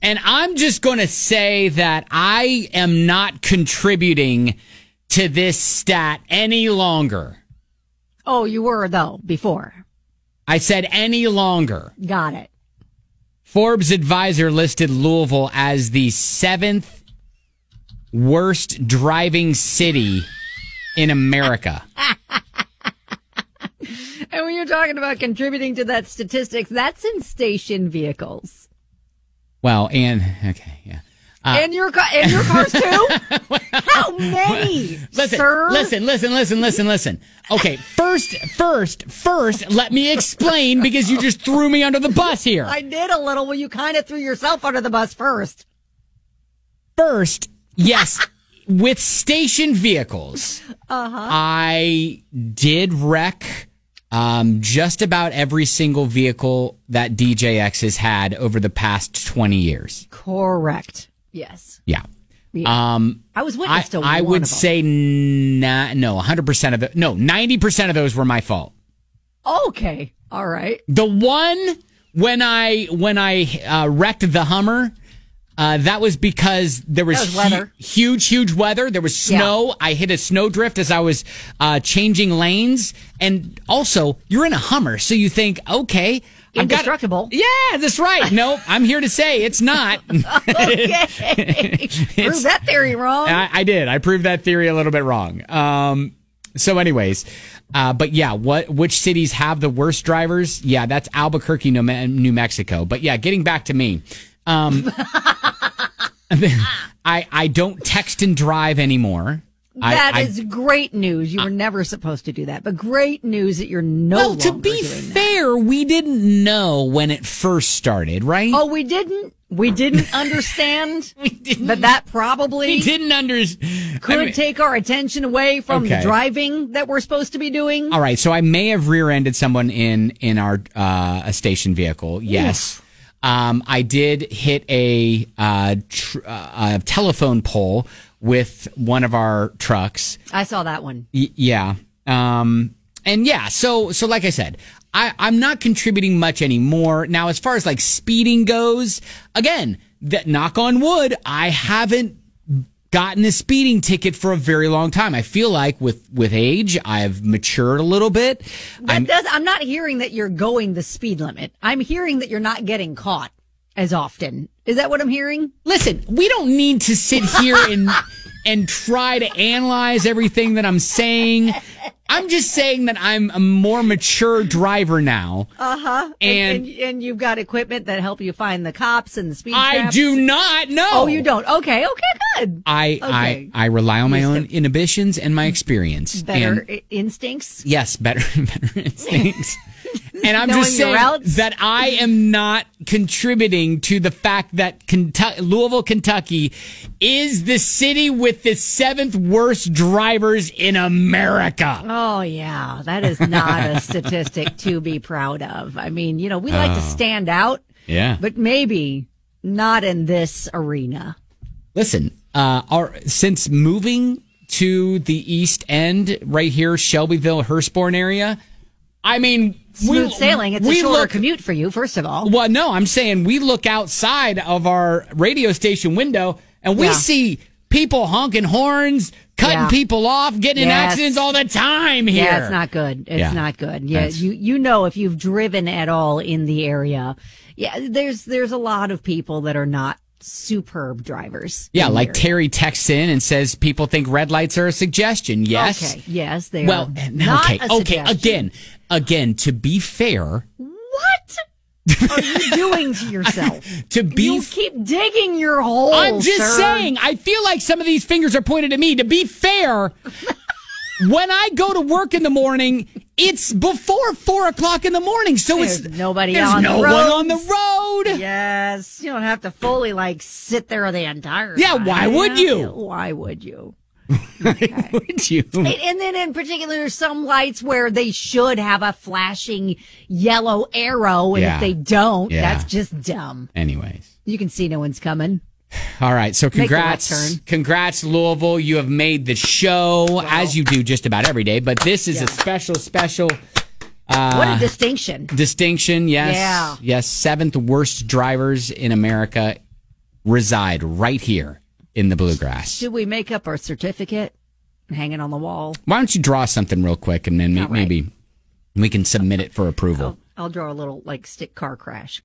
And I'm just going to say that I am not contributing to this stat any longer. Oh, you were though before. I said any longer. Got it. Forbes advisor listed Louisville as the seventh worst driving city in America. And when you're talking about contributing to that statistics, that's in station vehicles. Well, and okay, yeah. Ah. and your ca- and your cars too. How many, Listen, sir? listen, listen, listen, listen, listen. Okay, first, first, first, let me explain because you just threw me under the bus here. I did a little. Well, you kind of threw yourself under the bus first. first, yes, with station vehicles, I did wreck um, just about every single vehicle that DJX has had over the past 20 years. Correct. Yes. Yeah. Yeah. Um, I was I, witness to I one would of them. say na- no, 100% of it. No, 90% of those were my fault. Okay. All right. The one when I when I uh, wrecked the Hummer, uh, that was because there was, That was weather. hu- huge, huge weather. There was snow. I hit a snow drift as I was uh, changing lanes, and also you're in a Hummer, so you think, okay, I've got- Indestructible. yeah, that's right. No, I'm here to say it's not. Okay. Prove that theory wrong. I, I did. I proved that theory a little bit wrong. Um, so, anyways, uh, but yeah, what which cities have the worst drivers? Yeah, that's Albuquerque, New, Me- New Mexico. But yeah, getting back to me, um, I I don't text and drive anymore. That I, I, is great news. You were never supposed to do that, but great news that you're no well, longer to be doing that. fair, we didn't know when it first started, right? Oh, we didn't. We didn't understand. we didn't. But that probably we didn't understand. could take our attention away from the Okay. Oh. driving that we're supposed to be doing. All right, so I may have rear-ended someone in in our uh, a station vehicle. Yes, um, I did hit a, uh, tr- uh, a telephone pole with one of our trucks. I saw that one. Y- yeah, um, and yeah. So so like I said, I I'm not contributing much anymore now. As far as like speeding goes, again, that knock on wood, I haven't gotten a speeding ticket for a very long time. I feel like with with age, I've matured a little bit. That does, I'm not hearing that you're going the speed limit. I'm hearing that you're not getting caught as often. Is that what I'm hearing? Listen, we don't need to sit here and and try to analyze everything that I'm saying. I'm just saying that I'm a more mature driver now. Uh huh. And, and, and you've got equipment that help you find the cops and the speed I traps? do not know. Oh, you don't. Okay. Okay. Good. I Okay. I I rely on my own inhibitions and my experience. Better And, i- instincts. yes, better better instincts. And I'm Knowing just your saying routes. that I am not contributing to the fact that Kentucky, Louisville, Kentucky is the city with the seventh worst drivers in America. Oh yeah, that is not a statistic to be proud of. I mean, you know, we like to Oh. stand out, Yeah. But but maybe not in this arena. listen, uh, our, since moving to the East End right here, Shelbyville, Hurstbourne area, I mean, Smooth sailing. It's a shorter look, commute for you, first of all. Well, no, I'm saying we look outside of our radio station window and we Yeah. see people honking horns, cutting Yeah. people off, getting in Yes. accidents all the time here. Yeah, it's not good. It's Yeah. not good. Yeah, That's- you you know if you've driven at all in the area, yeah, there's there's a lot of people that are not superb drivers. Yeah, in the like area. Terry texts in and says people think red lights are a suggestion. Yes. Okay, yes, they Well, are. and- not okay, a okay. suggestion. Again, again. To be fair, What are you doing to yourself? to be, you f- keep digging your hole. I'm just Oh, sir. saying. I feel like some of these fingers are pointed at me. To be fair, when I go to work in the morning, it's before four o'clock in the morning, so it's There's nobody there's on the no one on the roads. road. Yes, you don't have to fully like sit there the entire. Yeah, time. why would you? Why would you? Would you? And, and then in particular, there's some lights where they should have a flashing yellow arrow, and Yeah. if they don't, Yeah. that's just dumb. Anyways. You can see no one's coming. All right, so the congrats, left turn. congrats, Louisville! You have made the show as you do just about every day, but this is a special, special Uh, what a distinction! distinction. Yes, Yeah. yes, seventh worst drivers in America reside right here in the bluegrass. Should we make up our certificate and hang it on the wall? Why don't you draw something real quick and then may- All right. maybe we can submit it for approval. I'll draw a little like stick car crash.